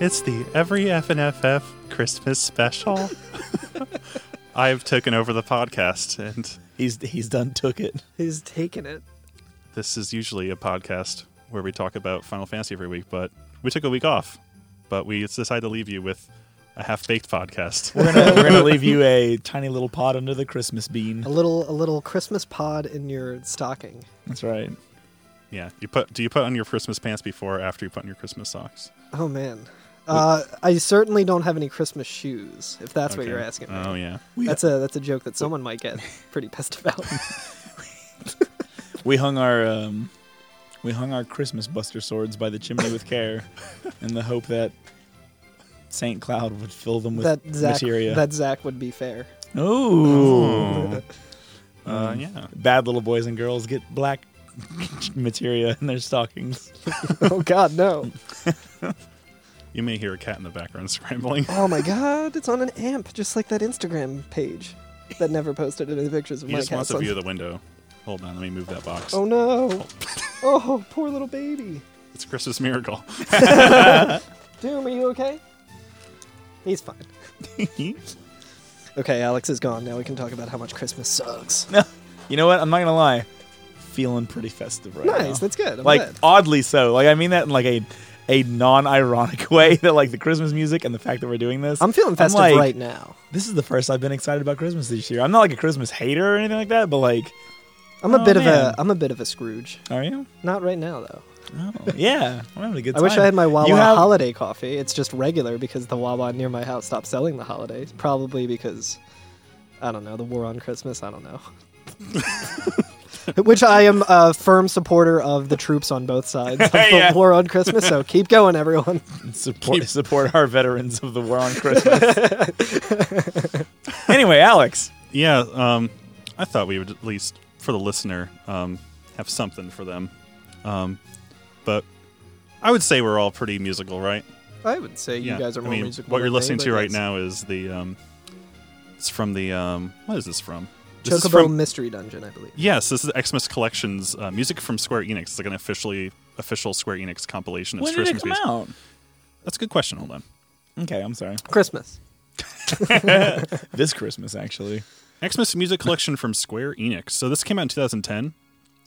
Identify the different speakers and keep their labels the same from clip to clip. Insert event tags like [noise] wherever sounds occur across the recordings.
Speaker 1: It's the Every FNFF Christmas special. [laughs] I've taken over the podcast, and
Speaker 2: He's he's done took it.
Speaker 3: He's taking it.
Speaker 1: this is usually a podcast where we talk about Final Fantasy every week, but we took a week off, but we decided to leave you with a half baked podcast.
Speaker 2: [laughs]
Speaker 3: [laughs]
Speaker 2: We're gonna, we're gonna leave you [laughs] a tiny little pot under the Christmas bean.
Speaker 3: A little a little Christmas pod in your stocking.
Speaker 2: That's right.
Speaker 1: yeah, you put do you put on your Christmas pants before or after you put on your Christmas socks?
Speaker 3: Oh man. Uh, I certainly don't have any Christmas shoes, if that's what
Speaker 1: Okay.
Speaker 3: you're asking. me.
Speaker 1: Oh yeah,
Speaker 2: We
Speaker 3: That's a that's a joke that someone
Speaker 1: [laughs]
Speaker 3: might get pretty pissed about.
Speaker 2: we hung our um, we hung our Christmas Buster swords by the chimney with [laughs] care, in the hope that Saint Cloud would fill them with
Speaker 3: [laughs] that Zach
Speaker 2: materia.
Speaker 3: that Zach would be fair.
Speaker 2: Ooh.
Speaker 1: uh,
Speaker 3: Mm.
Speaker 1: yeah.
Speaker 2: Bad little boys and girls get black [laughs] materia in their stockings. [laughs]
Speaker 3: oh
Speaker 1: [laughs]
Speaker 3: God, no!
Speaker 1: You may hear a cat in the background [laughs]
Speaker 3: [laughs]
Speaker 1: scrambling.
Speaker 3: Oh my God, it's on an amp, just like that Instagram page that never posted any pictures of
Speaker 1: He
Speaker 3: my
Speaker 1: just wants
Speaker 3: cats.
Speaker 1: a
Speaker 3: on-
Speaker 1: view of the window. Hold on, let me move that box. [laughs]
Speaker 3: oh no! Oh, poor little baby.
Speaker 1: It's a Christmas miracle.
Speaker 3: Doom, are you okay?
Speaker 2: [laughs]
Speaker 3: He's fine.
Speaker 2: you
Speaker 3: Okay, Alex is gone. Now we can talk about how much Christmas sucks.
Speaker 2: know what? I'm not gonna lie. Feeling pretty festive right now.
Speaker 3: Nice, that's good. I'm
Speaker 2: like
Speaker 3: glad.
Speaker 2: oddly so. Like I mean that in like a a non-ironic [laughs] way that like the Christmas music and the fact that we're doing this.
Speaker 3: I'm feeling festive
Speaker 2: like-
Speaker 3: right now.
Speaker 2: this is the first I've been excited about Christmas this year. I'm not like a Christmas hater or anything like that, but like,
Speaker 3: I'm a
Speaker 2: oh,
Speaker 3: bit
Speaker 2: man.
Speaker 3: of a I'm a bit of a Scrooge.
Speaker 2: are you?
Speaker 3: Not right now though.
Speaker 2: Oh, yeah, I'm having a good
Speaker 3: [laughs] I
Speaker 2: time.
Speaker 3: wish I had my Wawa
Speaker 2: You have-
Speaker 3: holiday coffee. It's just regular because the Wawa near my house stopped selling the holidays. Probably because I don't know the war on Christmas. I
Speaker 2: [laughs]
Speaker 3: don't know. Which I am a firm supporter of the troops on both sides of the
Speaker 2: [laughs] Yeah.
Speaker 3: war on Christmas. So keep going, everyone.
Speaker 2: support support our veterans of the war
Speaker 3: [laughs]
Speaker 2: on Christmas. anyway, Alex,
Speaker 1: Yeah, um, I thought we would at least, for the listener, um, have something for them. Um, but I would say we're all pretty musical, right?
Speaker 3: I would say you guys are
Speaker 1: I
Speaker 3: more
Speaker 1: mean,
Speaker 3: musical.
Speaker 1: What you're
Speaker 3: than me,
Speaker 1: listening
Speaker 3: but
Speaker 1: to right
Speaker 3: yes.
Speaker 1: now is the. Um, it's from the. Um, what is this from? This is
Speaker 3: Chocobo
Speaker 1: from.
Speaker 3: Mystery Dungeon, I believe.
Speaker 1: Yes, this is Xmas Collections uh, music from Square Enix. It's like an officially official Square Enix compilation of
Speaker 2: when did
Speaker 1: Christmas
Speaker 2: it come
Speaker 1: music.
Speaker 2: out?
Speaker 1: That's a good question. Hold on.
Speaker 2: Okay, I'm sorry.
Speaker 3: Christmas.
Speaker 2: This Christmas, actually.
Speaker 1: Xmas music collection from Square Enix. So this came out in 2010.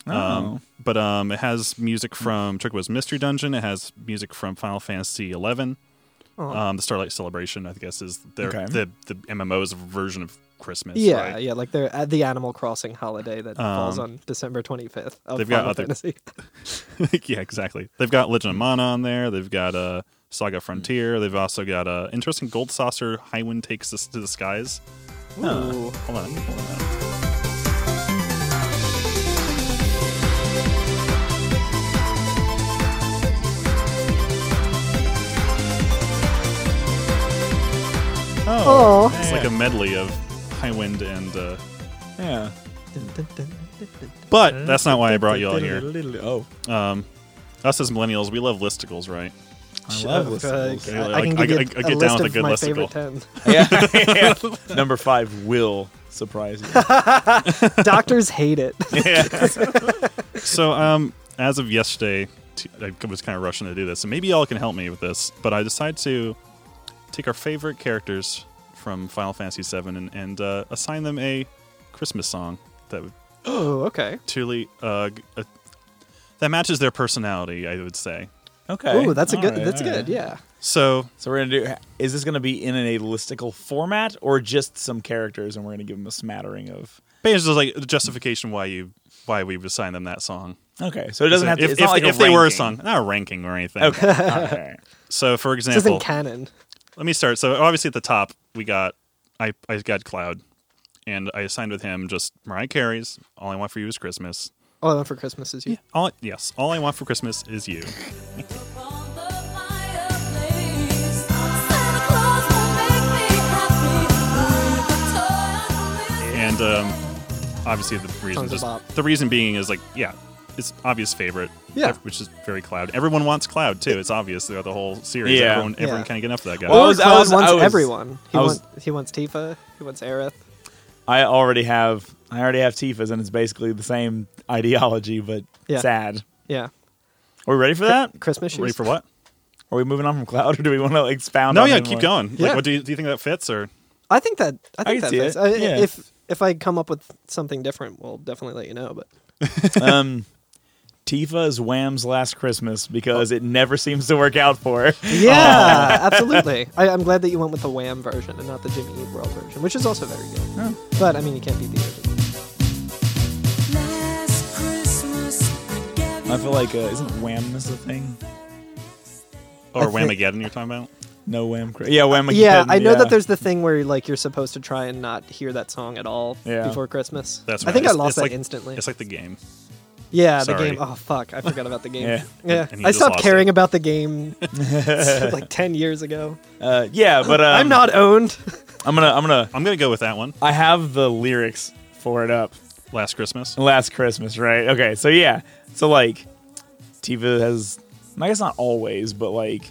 Speaker 2: Oh.
Speaker 1: Um, but um, it has music from Chocobo's Mystery Dungeon. It has music from Final Fantasy XI. Um, the Starlight Celebration, I guess, is their,
Speaker 2: Okay.
Speaker 1: the the MMO's version of Christmas.
Speaker 3: Yeah,
Speaker 1: right?
Speaker 3: yeah, like they're at the Animal Crossing holiday that falls
Speaker 1: Um,
Speaker 3: on December 25th of
Speaker 1: they've got
Speaker 3: Final
Speaker 1: other- [laughs]
Speaker 3: Fantasy.
Speaker 1: yeah, exactly. They've got Legend of Mana on there. They've got uh, Saga Frontier. They've also got uh, interesting Gold Saucer. High Wind takes us to the skies.
Speaker 2: Oh.
Speaker 3: Ooh.
Speaker 1: Hold on, let me pull it up.
Speaker 3: Oh.
Speaker 1: It's like a medley of High Wind and. Uh,
Speaker 2: yeah.
Speaker 1: but that's not why I brought you all here.
Speaker 2: Oh,
Speaker 1: Um, us as millennials, we love listicles, right?
Speaker 2: I love
Speaker 3: Of, uh,
Speaker 2: listicles.
Speaker 3: I,
Speaker 1: Like,
Speaker 3: I can
Speaker 1: I-
Speaker 3: give you
Speaker 1: I- I
Speaker 3: a
Speaker 1: get down
Speaker 3: list
Speaker 1: with a
Speaker 3: of
Speaker 1: good
Speaker 3: my
Speaker 1: listicle.
Speaker 3: favorite ten.
Speaker 2: yeah. [laughs] Number five will
Speaker 1: [laughs]
Speaker 2: surprise you.
Speaker 3: Doctors hate it.
Speaker 1: [laughs] So, um, as of yesterday, t- I was kind of rushing to do this, and maybe y'all can help me with this. But I decided to take our favorite characters from Final Fantasy VII and, and uh, assign them a Christmas song that would
Speaker 3: oh, okay.
Speaker 1: truly uh, g- uh, that matches their personality. I would say.
Speaker 2: Okay.
Speaker 3: Ooh, that's a
Speaker 2: All
Speaker 3: good.
Speaker 2: right,
Speaker 3: that's
Speaker 2: all
Speaker 3: good.
Speaker 2: right.
Speaker 3: Yeah.
Speaker 1: So
Speaker 2: So we're gonna do. Is this gonna be in a listicle format or just some characters, and we're gonna give them a smattering of?
Speaker 1: basically, like the justification why you why we assigned them that song.
Speaker 2: Okay, so it doesn't have to.
Speaker 1: if
Speaker 2: it's not
Speaker 1: if-
Speaker 2: like a
Speaker 1: if they were a
Speaker 2: ranking.
Speaker 1: song, not a ranking or anything. [laughs]
Speaker 2: Okay. all right.
Speaker 1: So, for
Speaker 3: This
Speaker 1: example,
Speaker 3: isn't canon.
Speaker 1: let me start. So obviously at the top we got I I got Cloud, and I assigned with him just Mariah Carey's "All I Want for You Is Christmas."
Speaker 3: All I want Oh, for Christmas is you.
Speaker 1: All yes, all I want for Christmas is you.
Speaker 4: Upon the fireplace, Santa Claus will make me happy with a toy on
Speaker 1: And um, obviously the reason
Speaker 3: Sounds a
Speaker 1: just,
Speaker 3: bop.
Speaker 1: the reason being is like yeah, it's obvious favorite.
Speaker 3: Yeah.
Speaker 1: ev- which is very Cloud. Everyone wants Cloud too. It's obvious throughout the whole series.
Speaker 2: Yeah.
Speaker 1: everyone everyone
Speaker 3: Yeah.
Speaker 1: can't get enough of that guy.
Speaker 2: Well, I
Speaker 3: Or
Speaker 2: was- I
Speaker 3: Cloud
Speaker 2: was-
Speaker 3: wants
Speaker 2: I was-
Speaker 3: everyone. He
Speaker 2: I was-
Speaker 3: wants. He wants Tifa. He wants Aerith.
Speaker 2: I already have. I already have Tifa's, and it's basically the same ideology, but
Speaker 3: Yeah.
Speaker 2: sad.
Speaker 3: Yeah.
Speaker 2: Are we ready for that?
Speaker 3: Christmas shoes.
Speaker 1: Ready for what?
Speaker 2: Are we moving on from Cloud, or do we want to like expound?
Speaker 1: No,
Speaker 2: on
Speaker 1: yeah,
Speaker 2: it
Speaker 1: keep
Speaker 2: more?
Speaker 1: going.
Speaker 3: Yeah.
Speaker 1: Like, what do you, do you think that fits or
Speaker 3: I think that I think
Speaker 2: can
Speaker 3: that
Speaker 2: see
Speaker 3: fits.
Speaker 2: it.
Speaker 3: I,
Speaker 2: Yeah.
Speaker 3: If if I come up with something different, we'll definitely let you know. But
Speaker 2: um, Tifa is Wham's Last Christmas because it never seems to work
Speaker 1: [laughs]
Speaker 2: out for her.
Speaker 3: yeah, Oh. [laughs] absolutely. I, I'm glad that you went with the Wham version and not the Jimmy Eat World version, which is also very good.
Speaker 2: Oh.
Speaker 3: But I mean, you can't beat the original.
Speaker 4: Last Christmas,
Speaker 2: I feel like uh, isn't Whamness a thing?
Speaker 1: or
Speaker 3: I thi-
Speaker 1: Whamageddon you're talking about?
Speaker 2: No Wham. Cra- yeah, Wham.
Speaker 3: Yeah, I know that there's the thing where like you're supposed to try and not hear that song at all
Speaker 2: Yeah.
Speaker 3: before Christmas.
Speaker 1: That's
Speaker 3: I
Speaker 1: right.
Speaker 3: think I
Speaker 1: It's-
Speaker 3: lost
Speaker 1: it's
Speaker 3: that
Speaker 1: like-
Speaker 3: instantly.
Speaker 1: It's like the game.
Speaker 3: yeah, the
Speaker 1: sorry.
Speaker 3: game. Oh fuck, I forgot about the game.
Speaker 2: [laughs] Yeah.
Speaker 3: yeah.
Speaker 1: And you
Speaker 3: I
Speaker 1: just
Speaker 3: stopped
Speaker 1: lost
Speaker 3: caring
Speaker 1: it.
Speaker 3: about
Speaker 2: [laughs]
Speaker 3: the game like ten years ago.
Speaker 2: Uh, yeah, but um,
Speaker 3: I'm not owned. [laughs]
Speaker 2: I'm gonna. I'm gonna.
Speaker 1: I'm gonna go with that one.
Speaker 2: I have the lyrics for it up.
Speaker 1: Last Christmas.
Speaker 2: Last Christmas, right? Okay, so yeah, so like, Tifa has. I guess not always, but like,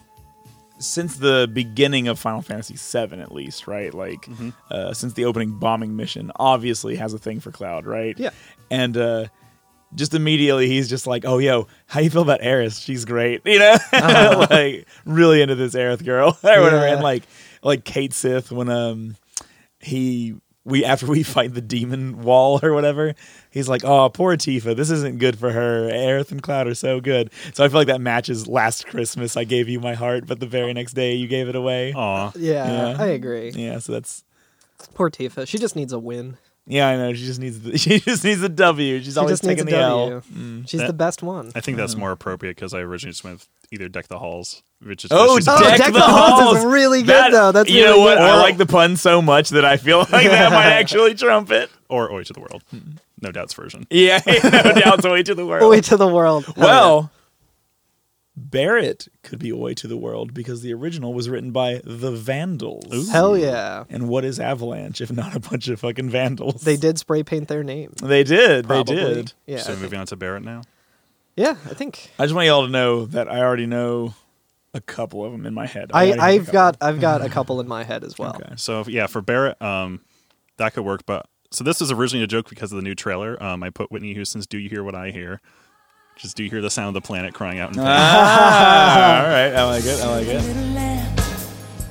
Speaker 2: since the beginning of Final Fantasy VII, at least, right? Like,
Speaker 3: Mm-hmm.
Speaker 2: uh, since the opening bombing mission, obviously has a thing for Cloud, right?
Speaker 3: Yeah.
Speaker 2: and uh, just immediately he's just like, "Oh, yo, how you feel about Aerith? She's great, [laughs] you know, [laughs] like really into this Aerith girl [laughs] or whatever."
Speaker 3: Uh-huh. Yeah.
Speaker 2: And like, like Kate Sith when um he we after we [laughs] fight the demon wall or whatever, he's like, "Oh, poor Tifa, this isn't good for her. Aerith and Cloud are so good." So I feel like that matches last Christmas. I gave you my heart, but the very next day you gave it away.
Speaker 1: Aw.
Speaker 3: Uh, Yeah,
Speaker 2: Yeah.
Speaker 3: I agree.
Speaker 2: Yeah, so that's
Speaker 3: Poor Tifa. She just needs a win.
Speaker 2: yeah, I know. She just needs the, [laughs] she just needs a W. She's
Speaker 3: She
Speaker 2: always
Speaker 3: just needs
Speaker 2: taking
Speaker 3: a
Speaker 2: the L.
Speaker 3: W.
Speaker 2: Mm.
Speaker 3: She's
Speaker 1: That-
Speaker 3: the best one.
Speaker 1: I think that's more appropriate because I originally just went with either Deck the Halls, which is
Speaker 2: Oh,
Speaker 1: which is-
Speaker 3: Oh,
Speaker 2: Deck,
Speaker 3: Deck
Speaker 2: the,
Speaker 3: the Halls is
Speaker 2: Halls
Speaker 3: really good, though. That's
Speaker 2: you know
Speaker 3: really
Speaker 2: what?
Speaker 3: good.
Speaker 2: I like the pun so much that I feel like that
Speaker 3: [laughs]
Speaker 2: might actually trump it.
Speaker 1: or Oi to the World.
Speaker 3: Mm-hmm.
Speaker 1: No doubt's version.
Speaker 2: Yeah, [laughs] no doubt. Oi to the world.
Speaker 3: Oi to the world. Hell
Speaker 2: well, Barrett could be Oi to the world because the original was written by the Vandals.
Speaker 3: yeah. hell yeah,
Speaker 2: And what is Avalanche if not a bunch of fucking vandals?
Speaker 3: they did spray paint their name.
Speaker 2: [laughs] They did.
Speaker 3: Probably.
Speaker 2: They did.
Speaker 3: Yeah,
Speaker 1: so
Speaker 3: I think-
Speaker 1: moving on to Barrett now.
Speaker 3: yeah. I think
Speaker 2: I just want y'all to know that I already know a couple of them in my head. I
Speaker 3: I,
Speaker 2: already know a
Speaker 3: I've
Speaker 2: couple.
Speaker 3: got I've got a couple in my head as well.
Speaker 2: Okay.
Speaker 1: So yeah, for Barrett, um, that could work. But so this was originally a joke because of the new trailer. Um, I put Whitney Houston's "Do You Hear What I Hear?" Just do you hear the sound of the planet crying out in pain?
Speaker 2: Ah, all right. I like it. I like it.
Speaker 4: Little lamb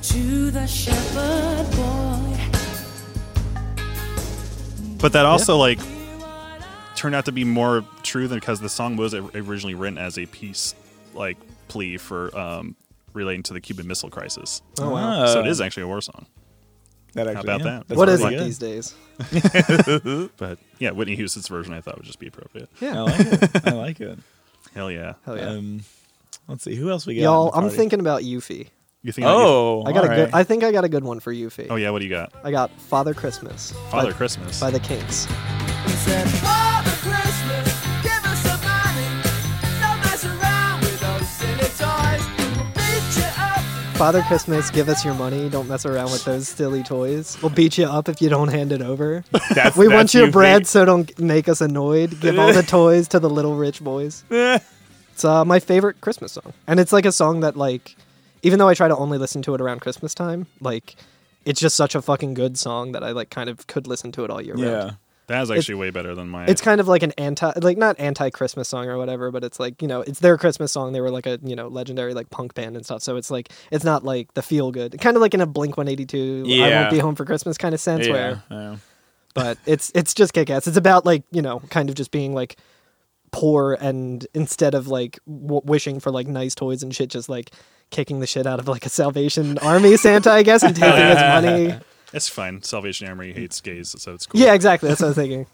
Speaker 4: to the shepherd boy.
Speaker 1: But that also like turned out to be more true than because the song was or- originally written as a peace like plea for um, relating to the Cuban Missile Crisis.
Speaker 3: Oh wow.
Speaker 2: Ah,
Speaker 1: so it is actually a war song.
Speaker 2: That actually,
Speaker 1: about
Speaker 2: yeah,
Speaker 1: that?
Speaker 2: that's
Speaker 3: what is
Speaker 2: really
Speaker 3: it
Speaker 2: good.
Speaker 3: these days?
Speaker 1: But yeah, Whitney Houston's version I thought would just be appropriate.
Speaker 2: I
Speaker 3: Yeah.
Speaker 2: like
Speaker 3: [laughs]
Speaker 2: it. I like it.
Speaker 1: Hell yeah.
Speaker 3: Hell Oh, yeah.
Speaker 2: Um, let's see who else we got. in
Speaker 3: Y'all,
Speaker 2: the
Speaker 3: I'm
Speaker 2: party?
Speaker 3: thinking about Yuffie.
Speaker 1: You think
Speaker 2: Oh,
Speaker 3: I got a
Speaker 2: alright.
Speaker 3: good. I think I got a good one for Yuffie.
Speaker 1: Oh yeah, what do you got?
Speaker 3: I got Father Christmas.
Speaker 1: Father
Speaker 3: by,
Speaker 1: Christmas.
Speaker 3: by the Kinks.
Speaker 5: He said, Father Christmas, give us some money. Don't mess around with those silly toys. We'll beat you up.
Speaker 3: Father Christmas, give us your money. Don't mess around with those silly toys. We'll beat you up if you don't hand
Speaker 2: [laughs]
Speaker 3: it over.
Speaker 2: That's-
Speaker 3: We want
Speaker 2: that's
Speaker 3: your
Speaker 2: you,
Speaker 3: bread,
Speaker 2: Pete.
Speaker 3: so don't make us annoyed. Give all
Speaker 2: [laughs]
Speaker 3: the toys to the little rich boys. It's uh, my favorite Christmas song, and it's like a song that, like, even though I try to only listen to it around Christmas time, like, it's just such a fucking good song that I like kind of could listen to it all year
Speaker 2: yeah.
Speaker 3: round.
Speaker 1: That is actually way better than my
Speaker 3: It's kind of like an anti, like not anti-Christmas song or whatever, but it's like you know, it's their Christmas song. They were like a you know legendary like punk band and stuff, so it's like it's not like the feel good, kind of like in a Blink One Eighty Two, I
Speaker 2: Yeah.
Speaker 3: won't be home for Christmas kind of sense
Speaker 2: yeah.
Speaker 3: where
Speaker 2: yeah.
Speaker 3: but it's it's just kick ass. It's about like you know, kind of just being like poor and instead of like w- wishing for like nice toys and shit, just like kicking the shit out of like a Salvation [laughs] Army Santa, I guess, and
Speaker 1: [laughs]
Speaker 3: taking his money.
Speaker 1: It's fine. Salvation Army hates gays, so it's cool.
Speaker 3: Yeah, exactly. That's what I was thinking.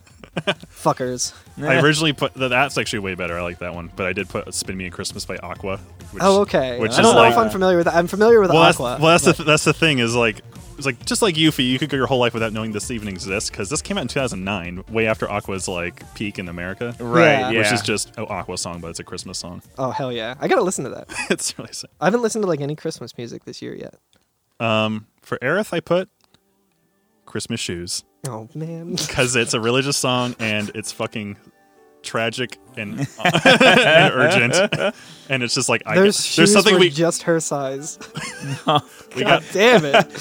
Speaker 3: Fuckers.
Speaker 1: I originally put th- that's actually way better. I like that one, but I did put "Spin Me a Christmas" by Aqua. Which,
Speaker 3: Oh, okay.
Speaker 1: Which
Speaker 3: I
Speaker 1: is
Speaker 3: don't know
Speaker 1: like
Speaker 3: if I'm familiar with. I'm familiar with
Speaker 1: well, that's,
Speaker 3: Aqua.
Speaker 1: well, that's the th- that's the thing is like it's like just like Yuffie, you could go your whole life without knowing this even exists because this came out in 2009, way after Aqua's like peak in America,
Speaker 2: Right.
Speaker 3: Yeah.
Speaker 2: Yeah.
Speaker 1: which is just an Aqua song, but it's a Christmas song. [laughs]
Speaker 3: oh hell yeah! I gotta listen to that.
Speaker 1: it's really sad.
Speaker 3: I haven't listened to like any Christmas music this year yet.
Speaker 1: For Aerith, I put Christmas shoes
Speaker 3: Oh man.
Speaker 1: because it's a religious song and it's fucking tragic and, uh, [laughs] and urgent, and it's just like I
Speaker 3: There's
Speaker 1: there's
Speaker 3: shoes
Speaker 1: something
Speaker 3: were
Speaker 1: we
Speaker 3: just
Speaker 1: [laughs]
Speaker 3: her size.
Speaker 1: we
Speaker 3: [laughs] God
Speaker 1: got
Speaker 3: damn it.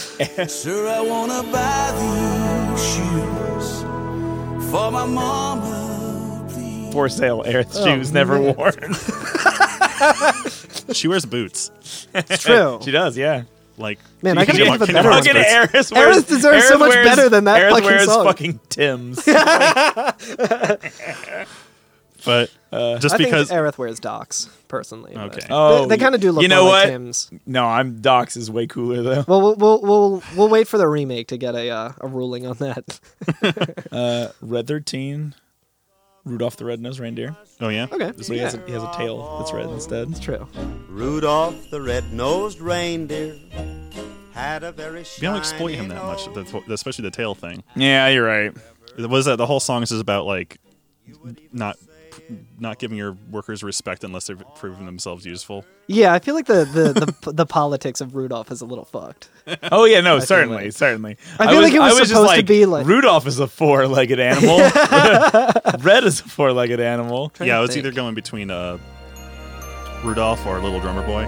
Speaker 1: [laughs]
Speaker 5: Sir, I wanna buy these shoes for my mama, please.
Speaker 3: Oh, [laughs]
Speaker 2: For sale, Aerith shoes never
Speaker 3: man.
Speaker 2: worn.
Speaker 1: she wears boots.
Speaker 3: It's true.
Speaker 2: She does, yeah.
Speaker 1: Like
Speaker 3: Man,
Speaker 1: you
Speaker 3: I
Speaker 1: can get
Speaker 3: gotta give a
Speaker 1: Kinder
Speaker 3: better
Speaker 1: Bueno
Speaker 3: one.
Speaker 2: Fucking
Speaker 1: boots.
Speaker 2: Aerith
Speaker 3: Aerith
Speaker 2: wears-
Speaker 3: deserves so
Speaker 2: Aerith
Speaker 3: much
Speaker 2: wears-
Speaker 3: better than that
Speaker 2: Aerith
Speaker 3: fucking
Speaker 2: wears
Speaker 3: song.
Speaker 2: fucking Tim's.
Speaker 3: [laughs]
Speaker 1: But
Speaker 2: Uh,
Speaker 1: just
Speaker 3: I think
Speaker 1: because
Speaker 3: Aerith wears docs personally. but
Speaker 1: Okay.
Speaker 3: they-
Speaker 2: Oh,
Speaker 3: they, kind of do look
Speaker 2: you know
Speaker 3: more
Speaker 2: what?
Speaker 3: like Tim's.
Speaker 2: no, I'm Docs is way cooler though.
Speaker 3: Well, we'll we'll we'll, we'll wait for the remake to get a uh, a ruling
Speaker 2: [laughs]
Speaker 3: on that.
Speaker 2: Red thirteen, Rudolph the Red Nosed Reindeer.
Speaker 1: oh yeah,
Speaker 3: Okay,
Speaker 2: But he has a, he has a tail that's red
Speaker 3: it's
Speaker 2: instead.
Speaker 3: true.
Speaker 6: Rudolph the red-nosed reindeer had a very
Speaker 1: you don't exploit him that much,
Speaker 6: shiny
Speaker 1: the- especially the tail thing.
Speaker 2: Yeah, you're right.
Speaker 1: was that the whole song is just about like not not giving your workers respect unless they've proven themselves useful.
Speaker 3: Yeah, I feel like the the the, [laughs] the politics of Rudolph is a little fucked.
Speaker 2: Oh yeah, no, certainly, certainly.
Speaker 3: I feel like it was
Speaker 2: I just
Speaker 3: supposed to be like-
Speaker 2: Rudolph is a four-legged
Speaker 3: [laughs]
Speaker 2: animal. [laughs] Red is a four-legged animal.
Speaker 3: Trying
Speaker 1: yeah,
Speaker 3: to
Speaker 1: I was
Speaker 3: think.
Speaker 1: either going between uh, Rudolph or Little Drummer Boy.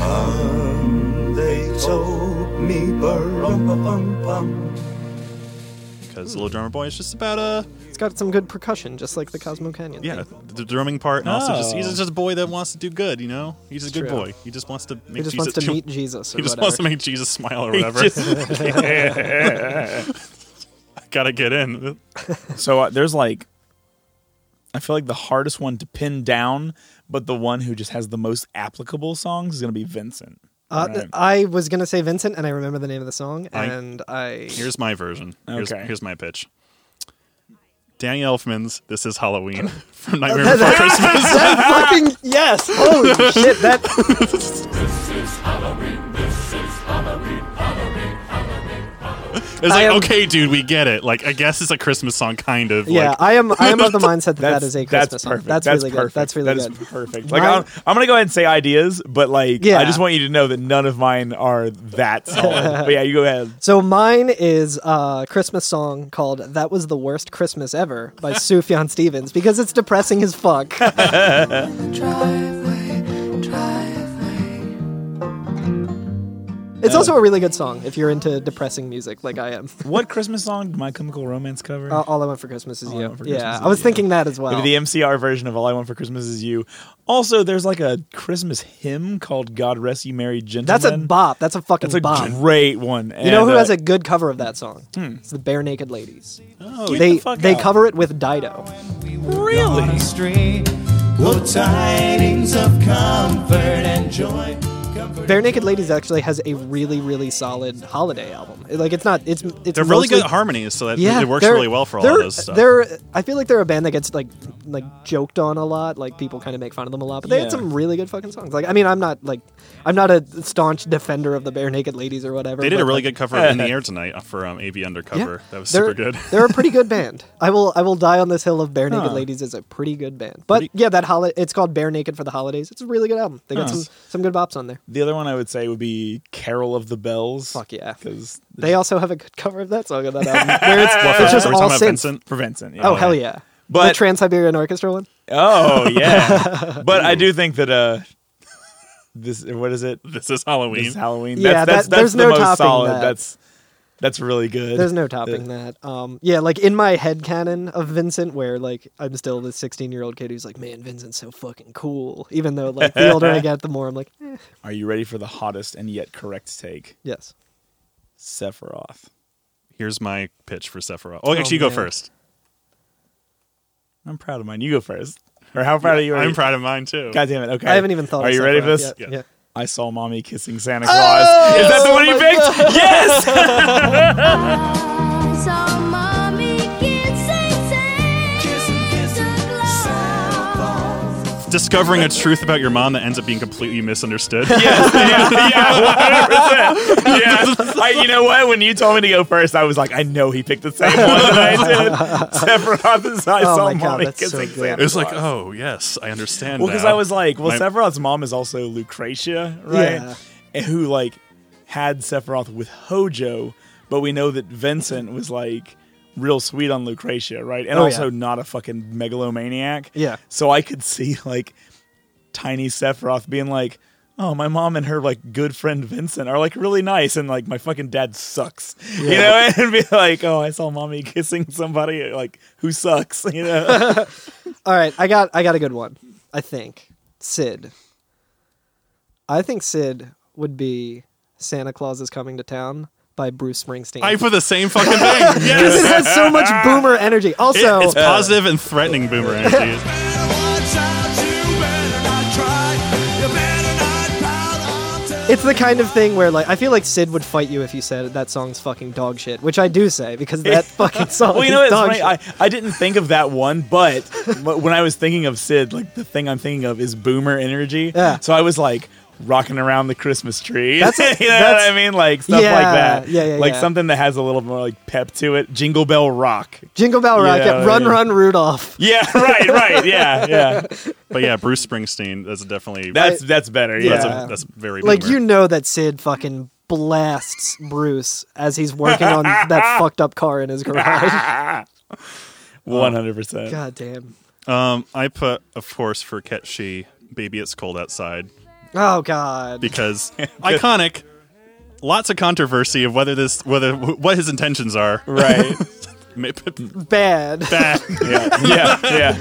Speaker 6: old. They told me, "Ba-rum-ba-bum-bum."
Speaker 1: Because Little Drummer Boy is just about uh,
Speaker 3: It's got some good percussion, just like the Cosmo Canyon.
Speaker 1: yeah,
Speaker 3: thing.
Speaker 1: the drumming part, and also just he's
Speaker 2: Oh.
Speaker 1: just a boy that wants to do good. You know, he's a good
Speaker 3: True.
Speaker 1: boy. He just wants to make
Speaker 3: he just
Speaker 1: Jesus
Speaker 3: wants to
Speaker 1: do-
Speaker 3: meet Jesus.
Speaker 1: [laughs]
Speaker 3: Or
Speaker 1: he just
Speaker 3: whatever.
Speaker 1: wants to make Jesus smile or whatever. [laughs]
Speaker 3: [laughs]
Speaker 1: Gotta get in.
Speaker 2: so uh, there's like, I feel like the hardest one to pin down, but the one who just has the most applicable songs is gonna be Vincent.
Speaker 3: Uh,
Speaker 2: Right.
Speaker 3: th- I was gonna say Vincent, and I remember the name of the song,
Speaker 1: I-
Speaker 3: and I
Speaker 1: Here's my version. Here's,
Speaker 2: Okay.
Speaker 1: here's my pitch. Danny Elfman's "This Is Halloween" [laughs] from Nightmare
Speaker 3: [laughs]
Speaker 1: Before Christmas.
Speaker 3: [laughs]
Speaker 1: [laughs]
Speaker 3: that fucking yes, holy shit, that
Speaker 1: It's like,
Speaker 3: I am-
Speaker 1: okay, dude, we get it. Like, I guess it's a Christmas song, kind of.
Speaker 3: yeah,
Speaker 1: Like,
Speaker 3: I am I am of
Speaker 1: [laughs]
Speaker 3: the mindset that
Speaker 2: That's,
Speaker 3: that is a
Speaker 2: that's
Speaker 3: Christmas song.
Speaker 2: perfect.
Speaker 3: That's, really
Speaker 2: perfect.
Speaker 3: good. That's really
Speaker 2: That is
Speaker 3: good.
Speaker 2: perfect. Like I'm,
Speaker 3: Mine-
Speaker 2: I'm gonna go ahead and say ideas, but like I
Speaker 3: Yeah.
Speaker 2: just want you to know that none of mine are that
Speaker 3: [laughs]
Speaker 2: solid. but yeah, you go ahead.
Speaker 3: So mine is a Christmas song called "That Was the Worst Christmas Ever" [laughs] by Sufjan Stevens because it's depressing as [laughs] fuck.
Speaker 4: Driveway, driveway.
Speaker 3: It's also a really good song if you're into depressing music like I am.
Speaker 2: What Christmas song did My Chemical Romance cover?
Speaker 3: Uh, All I want for Christmas is
Speaker 2: I
Speaker 3: you.
Speaker 2: Want for Christmas
Speaker 3: Yeah,
Speaker 2: Is
Speaker 3: I was
Speaker 2: You.
Speaker 3: thinking that as well.
Speaker 2: Maybe the MCR version of All I Want for Christmas Is You. Also, there's like a Christmas hymn called God Rest You Merry Gentlemen.
Speaker 3: That's a bop. That's a fucking
Speaker 2: That's a
Speaker 3: bop.
Speaker 2: great one.
Speaker 3: You know who has a good cover of that Hmm. song? It's the Bare Naked Ladies.
Speaker 2: oh,
Speaker 3: they
Speaker 2: the fuck
Speaker 3: they
Speaker 2: out.
Speaker 3: cover it with Dido.
Speaker 2: uh, really?
Speaker 6: What tidings of comfort and joy.
Speaker 3: Bare Naked Ladies actually has a really really solid holiday album. It- Like it's not it's it's
Speaker 1: they're really good
Speaker 3: mostly-
Speaker 1: at harmonies, so that
Speaker 3: Yeah,
Speaker 1: it works
Speaker 3: they're-
Speaker 1: really well for all
Speaker 3: they're-
Speaker 1: of those stuff.
Speaker 3: They're I feel like they're a band that gets like like joked on a lot. Like people kind of make fun of them a lot, but they
Speaker 2: Yeah.
Speaker 3: had some really good fucking songs. Like I mean, I'm not like I'm not a staunch defender of the Bare Naked Ladies or whatever.
Speaker 1: They did
Speaker 3: but,
Speaker 1: a really
Speaker 3: like,
Speaker 1: good cover of in the air tonight for um, AB Undercover. that was
Speaker 3: they're-
Speaker 1: super good.
Speaker 3: [laughs] they're a pretty good band. I will I will die on this hill of Bare Naked
Speaker 2: Huh.
Speaker 3: Ladies is a pretty good band. But yeah, that holiday it's called Bare Naked for the Holidays. It's a really good album. They got
Speaker 2: Huh.
Speaker 3: some some good bops on there.
Speaker 2: The other one I would say would be Carol of the Bells.
Speaker 3: Fuck yeah.
Speaker 2: Because
Speaker 3: They also have a good cover of that song on that
Speaker 1: [laughs]
Speaker 3: album. Where it's,
Speaker 1: What,
Speaker 3: it's just
Speaker 1: were we talking
Speaker 3: all
Speaker 1: about
Speaker 3: synth.
Speaker 1: Vincent?
Speaker 2: for Vincent. Yeah.
Speaker 3: Oh hell yeah!
Speaker 2: But-
Speaker 3: the Trans Siberian Orchestra one. [laughs]
Speaker 2: Oh yeah. but I do think that uh, this what is it?
Speaker 1: This is Halloween.
Speaker 2: This Halloween.
Speaker 3: Yeah,
Speaker 2: that's, that's,
Speaker 3: that-
Speaker 2: that's
Speaker 3: there's
Speaker 2: the
Speaker 3: no
Speaker 2: most
Speaker 3: topping
Speaker 2: solid.
Speaker 3: that.
Speaker 2: That's that's really good. [laughs]
Speaker 3: There's no
Speaker 2: Uh,
Speaker 3: topping that. Um, yeah, like in my head canon of Vincent, where like I'm still the 16 year old kid who's like, man, Vincent's so fucking cool. Even though like the older I get, the more I'm like, eh,
Speaker 2: Are you ready for the hottest and yet correct take?
Speaker 3: yes.
Speaker 2: Sephiroth.
Speaker 1: Here's my pitch for Sephiroth. Oh, actually, you go
Speaker 3: man.
Speaker 1: first.
Speaker 2: I'm proud of mine. You go first. Or how proud are you?
Speaker 1: I'm proud of mine too.
Speaker 2: God damn it. Okay.
Speaker 3: I haven't even thought.
Speaker 2: Are
Speaker 3: of
Speaker 2: you ready for this?
Speaker 3: Sephiroth Yet. Oh!
Speaker 1: Yeah.
Speaker 3: Yeah.
Speaker 2: I saw mommy kissing Santa Claus. Is that the one you picked? Yes.
Speaker 4: I saw mommy kissing
Speaker 1: Discovering a truth about your mom that ends up being completely misunderstood.
Speaker 3: [laughs]
Speaker 2: yes. Yeah. Yeah. 100%. Yeah. I, you know what? When you told me to go first, I was like, I know he picked the same one that I did.
Speaker 3: [laughs]
Speaker 2: Sephiroth is I
Speaker 3: Oh
Speaker 2: saw
Speaker 3: my God,
Speaker 2: mommy
Speaker 3: that's so
Speaker 2: kissing
Speaker 3: good.
Speaker 2: Santa.
Speaker 1: It was like,
Speaker 2: Claus.
Speaker 1: oh yes, I understand.
Speaker 2: Well, because
Speaker 1: now.
Speaker 2: I was like, well,
Speaker 1: My-
Speaker 2: Sephiroth's mom is also Lucretia, right?
Speaker 3: Yeah.
Speaker 2: And who like had Sephiroth with Hojo, but we know that Vincent was like real sweet on Lucretia, right? And
Speaker 3: Oh,
Speaker 2: also
Speaker 3: yeah.
Speaker 2: not a fucking megalomaniac.
Speaker 3: Yeah.
Speaker 2: So I could see like tiny Sephiroth being like, Oh, my mom and her like good friend Vincent are like really nice, and like my fucking dad sucks, you know, [laughs] and be like, oh, I saw mommy kissing somebody like who sucks, [laughs] you know.
Speaker 3: All right, I got I got a good one. I think Sid. I think Sid would be Santa Claus is Coming to Town by Bruce Springsteen. [laughs]
Speaker 1: I put the same fucking thing. Yes.
Speaker 3: because it has so
Speaker 2: [laughs]
Speaker 3: much boomer energy.
Speaker 1: It-
Speaker 3: Also,
Speaker 1: it's positive and threatening
Speaker 3: [laughs]
Speaker 1: boomer energy.
Speaker 3: It's the kind of thing where, like, I feel like Sid would fight you if you said that song's fucking dog shit, which I do say because
Speaker 2: [laughs]
Speaker 3: that fucking song
Speaker 2: Well, you
Speaker 3: is
Speaker 2: know, it's
Speaker 3: dog
Speaker 2: funny.
Speaker 3: shit.
Speaker 2: I, I didn't think of that one, but [laughs] wh- when I was thinking of Sid, like the thing I'm thinking of is boomer energy.
Speaker 3: Yeah.
Speaker 2: So I was like rocking around the Christmas tree. [laughs]
Speaker 3: That's-
Speaker 2: you know
Speaker 3: that's-
Speaker 2: what I mean? Like stuff like
Speaker 3: Yeah,
Speaker 2: that.
Speaker 3: yeah, yeah,
Speaker 2: Like
Speaker 3: yeah.
Speaker 2: something that has a little more like pep to it. Jingle Bell Rock.
Speaker 3: Jingle Bell Rock,
Speaker 2: Yeah,
Speaker 3: yeah, Run
Speaker 2: yeah.
Speaker 3: Run Rudolph.
Speaker 2: Yeah, [laughs] right, right. Yeah, yeah.
Speaker 3: [laughs]
Speaker 1: But yeah, Bruce Springsteen. That's definitely
Speaker 2: That's that's better. Yeah.
Speaker 1: that's,
Speaker 3: yeah.
Speaker 1: a, that's very
Speaker 3: [laughs] Like,
Speaker 1: boomer.
Speaker 3: you know that Sid fucking blasts Bruce as he's working on that
Speaker 2: [laughs]
Speaker 3: fucked up car in his garage.
Speaker 2: 100%.
Speaker 3: God damn.
Speaker 1: Um, I put, of course, for Ketchy, "Baby It's Cold Outside"
Speaker 3: Oh God.
Speaker 1: because iconic. Lots of controversy of whether this, whether what his intentions are. [laughs]
Speaker 2: Right.
Speaker 3: Bad.
Speaker 1: Bad.
Speaker 2: yeah, yeah, yeah.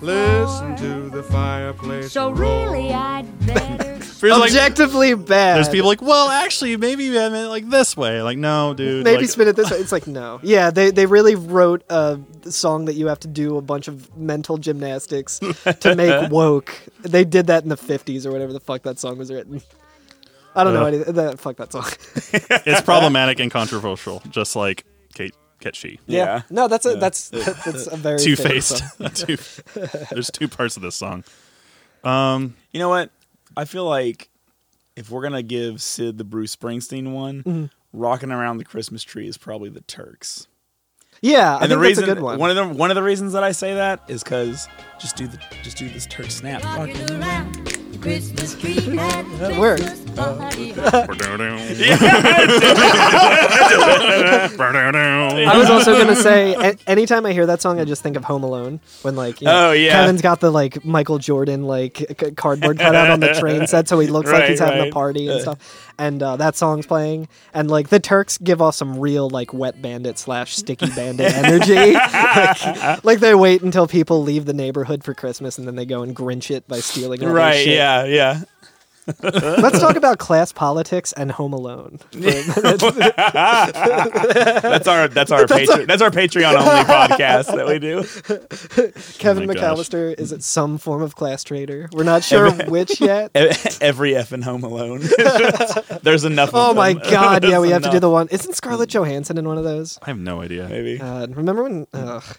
Speaker 4: Listen to the fireplace. So really, I'd
Speaker 5: [laughs]
Speaker 4: better.
Speaker 1: There's, like-
Speaker 3: Objectively bad.
Speaker 1: there's people like, well, actually, maybe I meant it like this way. Like, no, dude.
Speaker 3: Maybe
Speaker 1: like,
Speaker 3: spin it this way. It's
Speaker 2: [laughs]
Speaker 3: like no. Yeah, they they really wrote a song that you have to do a bunch of mental gymnastics to
Speaker 2: [laughs]
Speaker 3: make woke. They did that in the fifties or whatever the fuck that song was written. I don't know
Speaker 1: Yeah.
Speaker 3: anything. That, fuck that song. [laughs]
Speaker 1: it's problematic and controversial, just like Kate Ketchy.
Speaker 2: Yeah.
Speaker 3: No, that's a that's that's a very
Speaker 1: [laughs] Two
Speaker 3: famous
Speaker 1: faced.
Speaker 3: song.
Speaker 1: there's two parts of this song.
Speaker 2: You know what? I feel like if we're gonna give Sid the Bruce Springsteen one,
Speaker 3: Mm-hmm.
Speaker 2: rocking around the Christmas tree is probably the Turks.
Speaker 3: Yeah, I
Speaker 2: And
Speaker 3: think
Speaker 2: the
Speaker 3: that's
Speaker 2: reason
Speaker 3: a good one.
Speaker 2: of the one of the reasons that I say that is because just do the just do this Turk snap. Fuck.
Speaker 4: Walking around the Christmas
Speaker 5: [laughs]
Speaker 4: tree at
Speaker 3: That worked.
Speaker 4: Christmas party.
Speaker 1: [laughs]
Speaker 3: I was also
Speaker 2: [laughs]
Speaker 3: gonna say, a- anytime I hear that song, I just think of Home Alone. When like, you
Speaker 2: Oh, yeah.
Speaker 3: Kevin's got the like Michael Jordan like c- cardboard cutout on the
Speaker 2: [laughs]
Speaker 3: train set, so he looks like
Speaker 2: Right,
Speaker 3: he's having a
Speaker 2: right.
Speaker 3: party and stuff. And uh, that song's playing, and like the Turks give off some real like wet bandit slash sticky
Speaker 2: [laughs]
Speaker 3: bandit energy. like, like, they wait until people leave the neighborhood for Christmas, and then they go and Grinch it by stealing. All their
Speaker 2: Right?
Speaker 3: shit.
Speaker 2: Yeah, yeah.
Speaker 3: Let's talk about class politics and Home
Speaker 2: [laughs]
Speaker 3: Alone.
Speaker 2: Oh That's our
Speaker 3: [laughs]
Speaker 2: that's our Patreon that's our Patreon only podcast that we do.
Speaker 3: Kevin
Speaker 1: Oh my gosh.
Speaker 3: McAllister is it some form of class traitor? We're not sure
Speaker 2: [laughs]
Speaker 3: which yet.
Speaker 2: E- Every effing Home
Speaker 3: [laughs]
Speaker 2: Alone. There's enough.
Speaker 3: Oh
Speaker 2: of [laughs]
Speaker 3: my
Speaker 2: them. Mm.
Speaker 3: god! Yeah, we have to do
Speaker 2: enough.
Speaker 3: the one. Isn't Scarlett Johansson in one of those?
Speaker 1: I have no idea.
Speaker 2: Maybe.
Speaker 3: God, remember
Speaker 2: Mm.
Speaker 3: when? Ugh.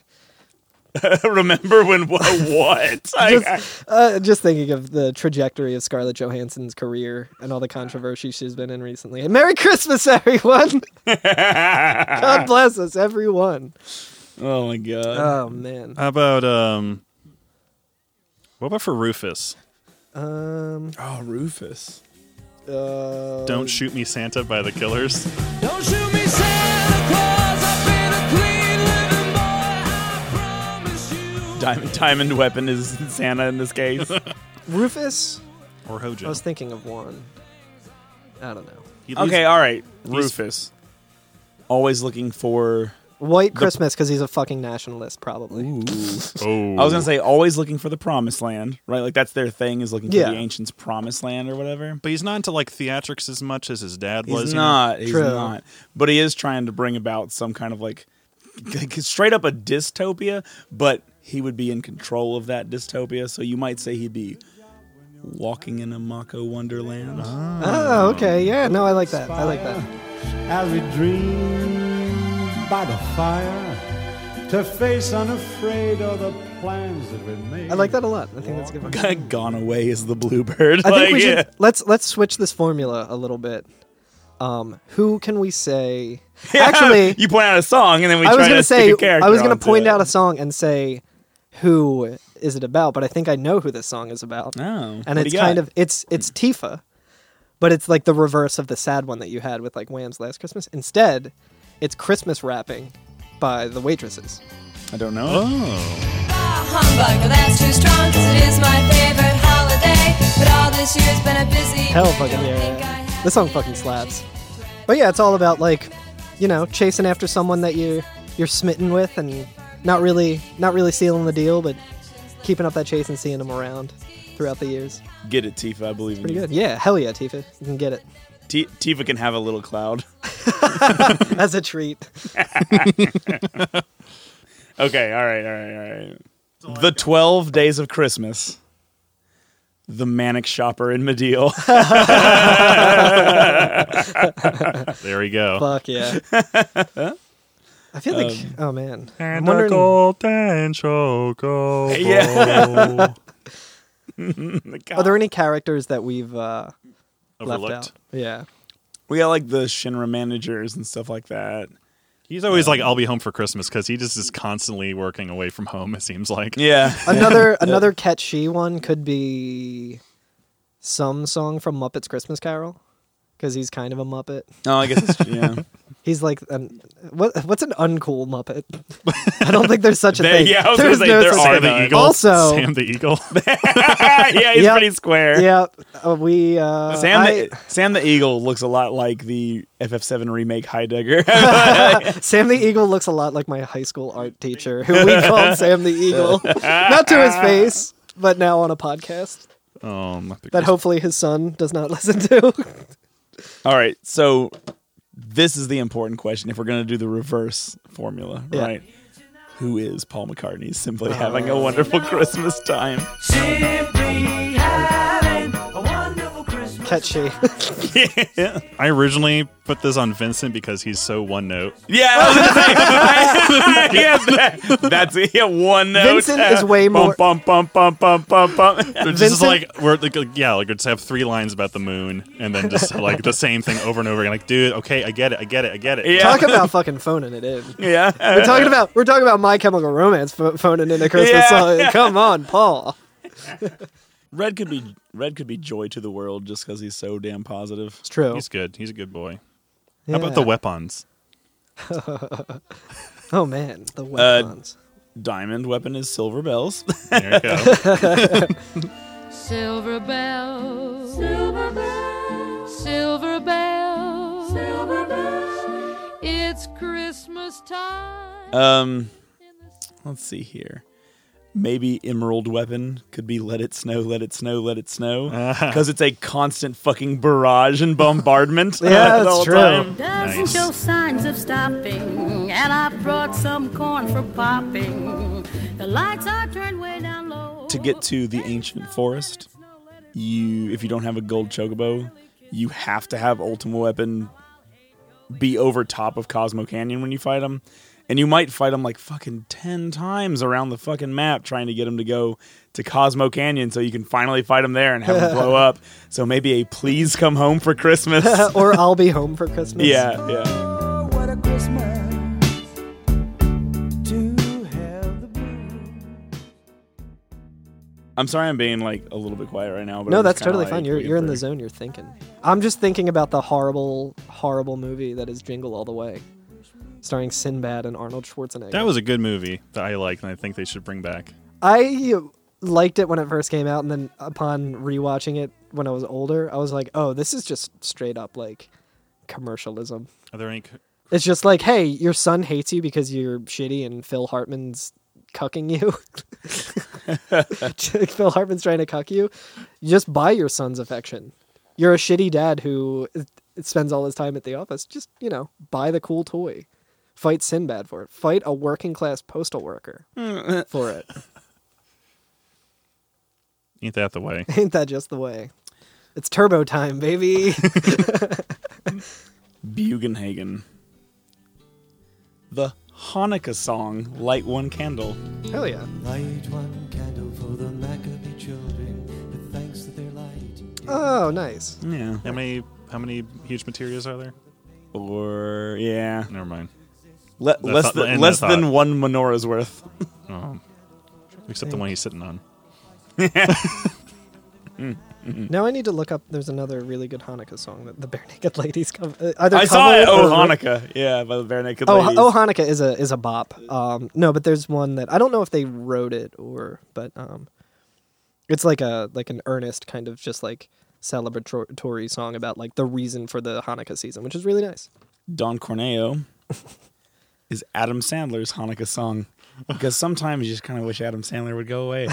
Speaker 2: [laughs] Remember when [laughs]
Speaker 3: [laughs]
Speaker 2: what? what? I- I-
Speaker 3: Just, uh, just thinking of the trajectory of Scarlett Johansson's career and all the controversy she's been in recently. And Merry Christmas, [laughs] everyone!
Speaker 2: [laughs]
Speaker 3: God bless us, everyone.
Speaker 2: oh my god.
Speaker 3: Oh man.
Speaker 2: Uh.
Speaker 1: How about um? What about for Rufus?
Speaker 3: Um.
Speaker 2: oh Rufus.
Speaker 3: Uh,
Speaker 1: Don't shoot me, Santa by the Killers.
Speaker 5: Don't shoot me, Santa Claus. I've been a clean living boy. I promise you.
Speaker 2: Diamond Diamond Weapon is Santa in this
Speaker 3: [laughs]
Speaker 2: case.
Speaker 3: Rufus.
Speaker 1: Or Hojo.
Speaker 3: I was thinking of one. I don't know.
Speaker 1: He leaves-
Speaker 2: okay, all right.
Speaker 1: he's-
Speaker 2: Rufus. Always looking for
Speaker 3: White Christmas because he's a fucking nationalist, probably.
Speaker 1: Oh.
Speaker 2: I was gonna say always looking for the promised land, right? Like that's their thing is looking
Speaker 3: Yeah.
Speaker 2: for the ancients' promised land or whatever.
Speaker 1: But he's not into like theatrics as much as his dad
Speaker 2: He's
Speaker 1: was. you know?
Speaker 2: not. He's
Speaker 3: True.
Speaker 2: not. But he is trying to bring about some kind of like like, straight up a dystopia, but he would be in control of that dystopia. So you might say he'd be walking in a Mako wonderland.
Speaker 3: Oh, okay. Yeah. No, I like that. I like that.
Speaker 7: as we dream by the fire to face unafraid of the plans that we made.
Speaker 3: I like that a lot. I think that's a good
Speaker 2: [laughs]
Speaker 3: one.
Speaker 2: Gone away is the bluebird.
Speaker 3: I think
Speaker 2: Like,
Speaker 3: we should
Speaker 2: yeah.
Speaker 3: let's let's switch this formula a little bit. Um, who can
Speaker 2: [laughs]
Speaker 3: we say? Actually,
Speaker 2: you point out a song, and then we.
Speaker 3: I
Speaker 2: try
Speaker 3: was
Speaker 2: to
Speaker 3: gonna say
Speaker 2: stick a character
Speaker 3: I was gonna
Speaker 2: onto
Speaker 3: point
Speaker 2: it.
Speaker 3: out a song and say who is it about, but I think I know who this song is about.
Speaker 2: Oh,
Speaker 3: and it's kind of it's it's Tifa, but it's like the reverse of the sad one that you had with like Wham's Last Christmas. Instead, it's Christmas rapping by the waitresses.
Speaker 2: I don't know.
Speaker 1: Oh.
Speaker 4: Ah, humbug, well, that's too strong, 'cause it is my favorite holiday. But all this year's been a busy
Speaker 3: Hell
Speaker 4: year,
Speaker 3: fucking
Speaker 4: don't
Speaker 3: yeah.
Speaker 4: think I have
Speaker 3: This song fucking slaps. But yeah, it's all about like, you know, chasing after someone that you you're smitten with and not really not really sealing the deal, but keeping up that chase and seeing them around. throughout the years.
Speaker 2: Get it, Tifa. I believe in
Speaker 3: Pretty
Speaker 2: you.
Speaker 3: good. Yeah, hell yeah, Tifa. You can get it [coughs]
Speaker 2: T- Tifa can have a little cloud. [laughs]
Speaker 3: as a treat.
Speaker 2: Okay, all right, all right, all right. The Twelve Days of Christmas. The Manic Shopper in Medeal.
Speaker 1: There we go.
Speaker 3: Fuck yeah. [laughs] I feel like, oh man, I'm wondering.
Speaker 1: golden choco. [laughs]
Speaker 2: [laughs]
Speaker 3: [laughs]
Speaker 2: Oh. Yeah.
Speaker 3: Are there any characters that we've uh, left out?
Speaker 1: Overlooked.
Speaker 3: Yeah.
Speaker 2: we got like the Shinra managers and stuff like that.
Speaker 1: He's always like, "I'll be home for Christmas" because he just is constantly working away from home. It seems like. [laughs]
Speaker 2: Yeah.
Speaker 3: [laughs] Another another catchy one could be some song from Muppets Christmas Carol because he's kind of a Muppet.
Speaker 2: [laughs] No, I guess it's, [laughs] yeah.
Speaker 3: He's like an, what what's an uncool Muppet? I don't think there's such a
Speaker 2: There-
Speaker 3: thing.
Speaker 2: yeah, I was gonna say, there
Speaker 3: such-
Speaker 2: are
Speaker 1: Sam the
Speaker 2: none.
Speaker 1: Eagle.
Speaker 3: Also-
Speaker 1: Sam the Eagle. [laughs]
Speaker 2: yeah, he's
Speaker 3: Yep.
Speaker 2: pretty square.
Speaker 3: Yeah, uh, we uh,
Speaker 2: Sam,
Speaker 3: I-
Speaker 2: the, Sam the Eagle looks a lot like the FF7 remake [laughs] Heidegger.
Speaker 3: Sam the Eagle looks a lot like my high school art teacher, who we called Sam the Eagle, [laughs] not to his face, but now on a podcast
Speaker 1: Oh, my
Speaker 3: that hopefully his son does not [laughs] listen to.
Speaker 2: All right, so this is the important question. If we're going to do the reverse formula,
Speaker 3: Yeah. Uh.
Speaker 2: right? Who is Paul McCartney simply having a wonderful Christmas time?
Speaker 3: Catchy.
Speaker 2: yeah.
Speaker 1: I originally put this on Vincent because he's so one note.
Speaker 2: Yeah, I was [laughs] gonna say, yeah, that- that's it. Yeah, one note.
Speaker 3: Vincent is way more-
Speaker 2: Bump, bump, bump, bump, bump, bump, bump.
Speaker 1: This is
Speaker 3: Vincent-
Speaker 1: like we're like yeah, like just have three lines about the moon and then just like the same thing over and over again. Like, dude, okay, I get it, I get it, I get it.
Speaker 2: Yeah.
Speaker 3: Talk about fucking phoning it in.
Speaker 2: [laughs] yeah.
Speaker 3: We're talking about we're talking about My Chemical Romance pho- phoning in a Christmas
Speaker 2: Yeah.
Speaker 3: song. Come on, Paul.
Speaker 2: Red could be Red could be joy to the world just because he's so damn positive.
Speaker 3: It's true.
Speaker 1: He's good. He's a good boy.
Speaker 3: Yeah.
Speaker 1: How about the weapons?
Speaker 3: Oh man, the weapons.
Speaker 2: Diamond weapon is silver bells.
Speaker 1: There you go. [laughs]
Speaker 4: Silver bell, silver bell, silver bell, silver bell. It's Christmas time.
Speaker 2: Um, let's see here. Maybe Emerald Weapon could be Let It Snow, Let It Snow, Let It Snow.
Speaker 3: Ah.
Speaker 2: [laughs] Because it's a constant fucking barrage and bombardment.
Speaker 3: [laughs]
Speaker 2: [laughs]
Speaker 3: Yeah,
Speaker 2: at
Speaker 3: that's
Speaker 2: all
Speaker 3: true.
Speaker 2: time.
Speaker 8: Doesn't
Speaker 1: Nice.
Speaker 8: show signs of stopping, and I brought some corn for popping. The lights are turned way down low.
Speaker 2: To get to the ancient forest, you if you don't have a gold chocobo, you have to have Ultima Weapon be over top of Cosmo Canyon when you fight him. And you might fight him like fucking 10 times around the fucking map trying to get him to go to Cosmo Canyon so you can finally fight him there and have him blow
Speaker 3: [laughs]
Speaker 2: up. So maybe a please come home for Christmas.
Speaker 3: [laughs] or I'll be home for Christmas.
Speaker 2: yeah, yeah.
Speaker 5: What a Christmas to have the blues.
Speaker 2: I'm sorry I'm being like a little bit quiet right now. But
Speaker 3: No,
Speaker 2: I'm just
Speaker 3: that's
Speaker 2: kinda,
Speaker 3: totally
Speaker 2: like,
Speaker 3: fine. You're
Speaker 2: reading
Speaker 3: you're in the
Speaker 2: through.
Speaker 3: zone. You're thinking. I'm just thinking about the horrible, horrible movie that is Jingle All the Way, starring Sinbad and Arnold Schwarzenegger.
Speaker 1: That was a good movie that I liked, and I think they should bring back.
Speaker 3: I liked it when it first came out, and then upon rewatching it when I was older, I was like, oh, this is just straight up like commercialism.
Speaker 1: Are there any? c-
Speaker 3: It's just like, hey, your son hates you because you're shitty and Phil Hartman's cucking you. [laughs] Phil Hartman's trying to cuck you. Just buy your son's affection. You're a shitty dad who spends all his time at the office. Just, you know, buy the cool toy. Fight Sinbad for it. Fight a working class postal worker for it. [laughs]
Speaker 1: Ain't that the way?
Speaker 3: Ain't that just the way? It's turbo time, baby. [laughs]
Speaker 2: Bugenhagen. The Hanukkah song, Light One Candle.
Speaker 3: Hell yeah.
Speaker 9: Light one candle for the Maccabee children, with thanks to their light.
Speaker 3: Oh, nice.
Speaker 2: Yeah.
Speaker 1: How many? How many huge materials are there?
Speaker 2: Or, yeah.
Speaker 1: Never mind.
Speaker 2: Le-
Speaker 1: That's
Speaker 2: less
Speaker 1: not-
Speaker 2: than,
Speaker 1: and
Speaker 2: less
Speaker 1: that's
Speaker 2: than
Speaker 1: hot.
Speaker 2: one menorah's worth.
Speaker 1: Um, except the one he's sitting on.
Speaker 3: Now I need to look up. There's another really good Hanukkah song that the [laughs] Bare Naked Ladies cover. uh, Either
Speaker 2: I saw it.
Speaker 3: cover
Speaker 2: Oh,
Speaker 3: or-
Speaker 2: Hanukkah. Yeah, by the Bare Naked
Speaker 3: Oh, Ha-
Speaker 2: Ladies.
Speaker 3: oh, Hanukkah is a is a bop. Um, no, but there's one that I don't know if they wrote it or, but um, it's like a like an earnest kind of just like celebratory song about like the reason for the Hanukkah season, which is really nice.
Speaker 2: [laughs] Don Corneo is Adam Sandler's Hanukkah song. because sometimes you just kind of wish Adam Sandler would go away.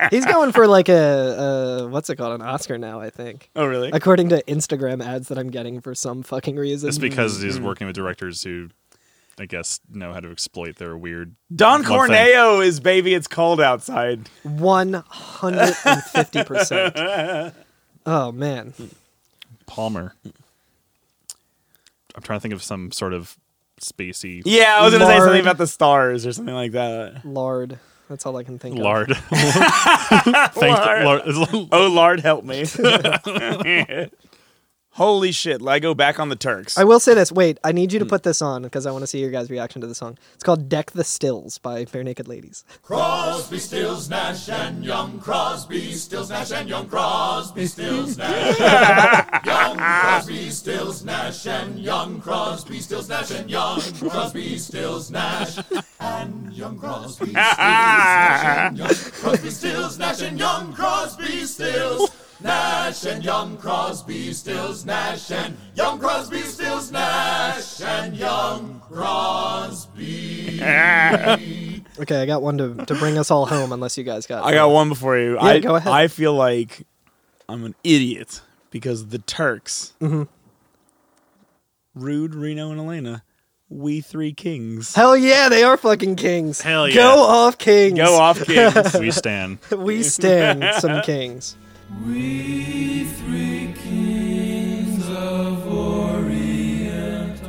Speaker 2: [laughs]
Speaker 3: He's going for like a, a what's it called? An Oscar now, I think.
Speaker 2: [laughs] Oh, really?
Speaker 3: According to Instagram ads that I'm getting for some fucking reason.
Speaker 1: It's because he's
Speaker 3: Mm-hmm.
Speaker 1: working with directors who, I guess, know how to exploit their weird. One
Speaker 2: Don
Speaker 1: thing.
Speaker 2: Corneo is baby. It's cold outside.
Speaker 3: One hundred and fifty
Speaker 1: [laughs]
Speaker 3: percent. Oh man,
Speaker 1: Palmer. I'm trying to think of some sort of spacey
Speaker 2: Yeah, I was gonna say
Speaker 3: Lard.
Speaker 2: something about the stars or something like that.
Speaker 3: lard. That's all I can think of.
Speaker 2: [laughs]
Speaker 1: lard. Thank
Speaker 2: Lard.
Speaker 1: lard. [laughs]
Speaker 2: Oh Lord, help me! [laughs] Holy shit! Lego back on the Turks.
Speaker 3: I will say this. Wait, I need you
Speaker 1: Hmm.
Speaker 3: to put this on because I want to see your guys' reaction to the song. It's called "Deck the Stills" by Bare Naked Ladies. Okay, I got one to, to bring us all home. Unless you guys got.
Speaker 2: I got one before you.
Speaker 3: Yeah,
Speaker 2: I,
Speaker 3: go ahead.
Speaker 2: I feel like I'm an idiot because the Turks,
Speaker 3: Mm-hmm.
Speaker 2: Rude, Reno, and Elena, we three kings.
Speaker 3: Hell yeah, they are fucking kings.
Speaker 1: Hell yeah.
Speaker 3: Go off kings.
Speaker 2: Go off
Speaker 3: [laughs]
Speaker 2: kings.
Speaker 1: we stand.
Speaker 3: we stand some kings.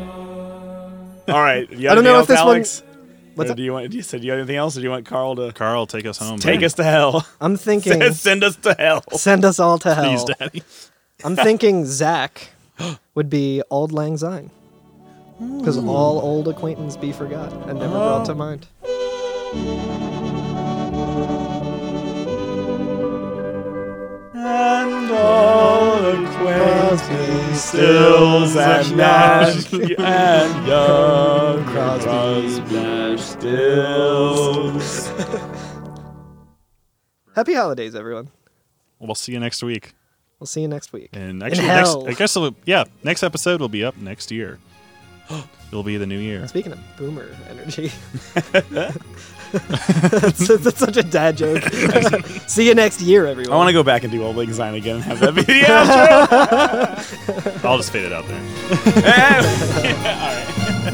Speaker 2: All right. you got
Speaker 3: I don't know
Speaker 2: anything
Speaker 3: if this
Speaker 2: else,
Speaker 3: one-
Speaker 2: Alex?
Speaker 3: What's
Speaker 2: Or
Speaker 3: up?
Speaker 2: do you want? Do you, so do you have anything else, or do you want Carl to
Speaker 1: Carl, take us home.
Speaker 2: take
Speaker 1: man.
Speaker 2: us to hell? [laughs]
Speaker 1: [laughs]
Speaker 3: I'm thinking.
Speaker 2: Send us to hell.
Speaker 3: Send us all to hell.
Speaker 1: Please, Daddy.
Speaker 3: I'm thinking
Speaker 1: [gasps]
Speaker 3: Zach would be Auld Lang Syne. Because
Speaker 1: Hmm.
Speaker 3: all old acquaintance be forgot and never brought
Speaker 1: Oh.
Speaker 3: to mind.
Speaker 2: And all acquaintances stills and Nash and young Crosby Nash stills.
Speaker 3: [laughs] Happy holidays, everyone.
Speaker 1: We'll see you next week.
Speaker 3: We'll see you next week.
Speaker 1: And actually,
Speaker 3: hell.
Speaker 1: next, I guess, it'll- yeah, next episode will be up next
Speaker 2: [gasps]
Speaker 1: year. It'll be the new year.
Speaker 3: Speaking of boomer energy,
Speaker 1: [laughs]
Speaker 3: [laughs] that's, that's such a
Speaker 1: [laughs]
Speaker 3: dad joke. [laughs] see you next year, everyone.
Speaker 2: I want to go back and do Old Lang Syne again and have that [laughs] be the outro.
Speaker 1: I'll just fade it out there.
Speaker 2: Yeah.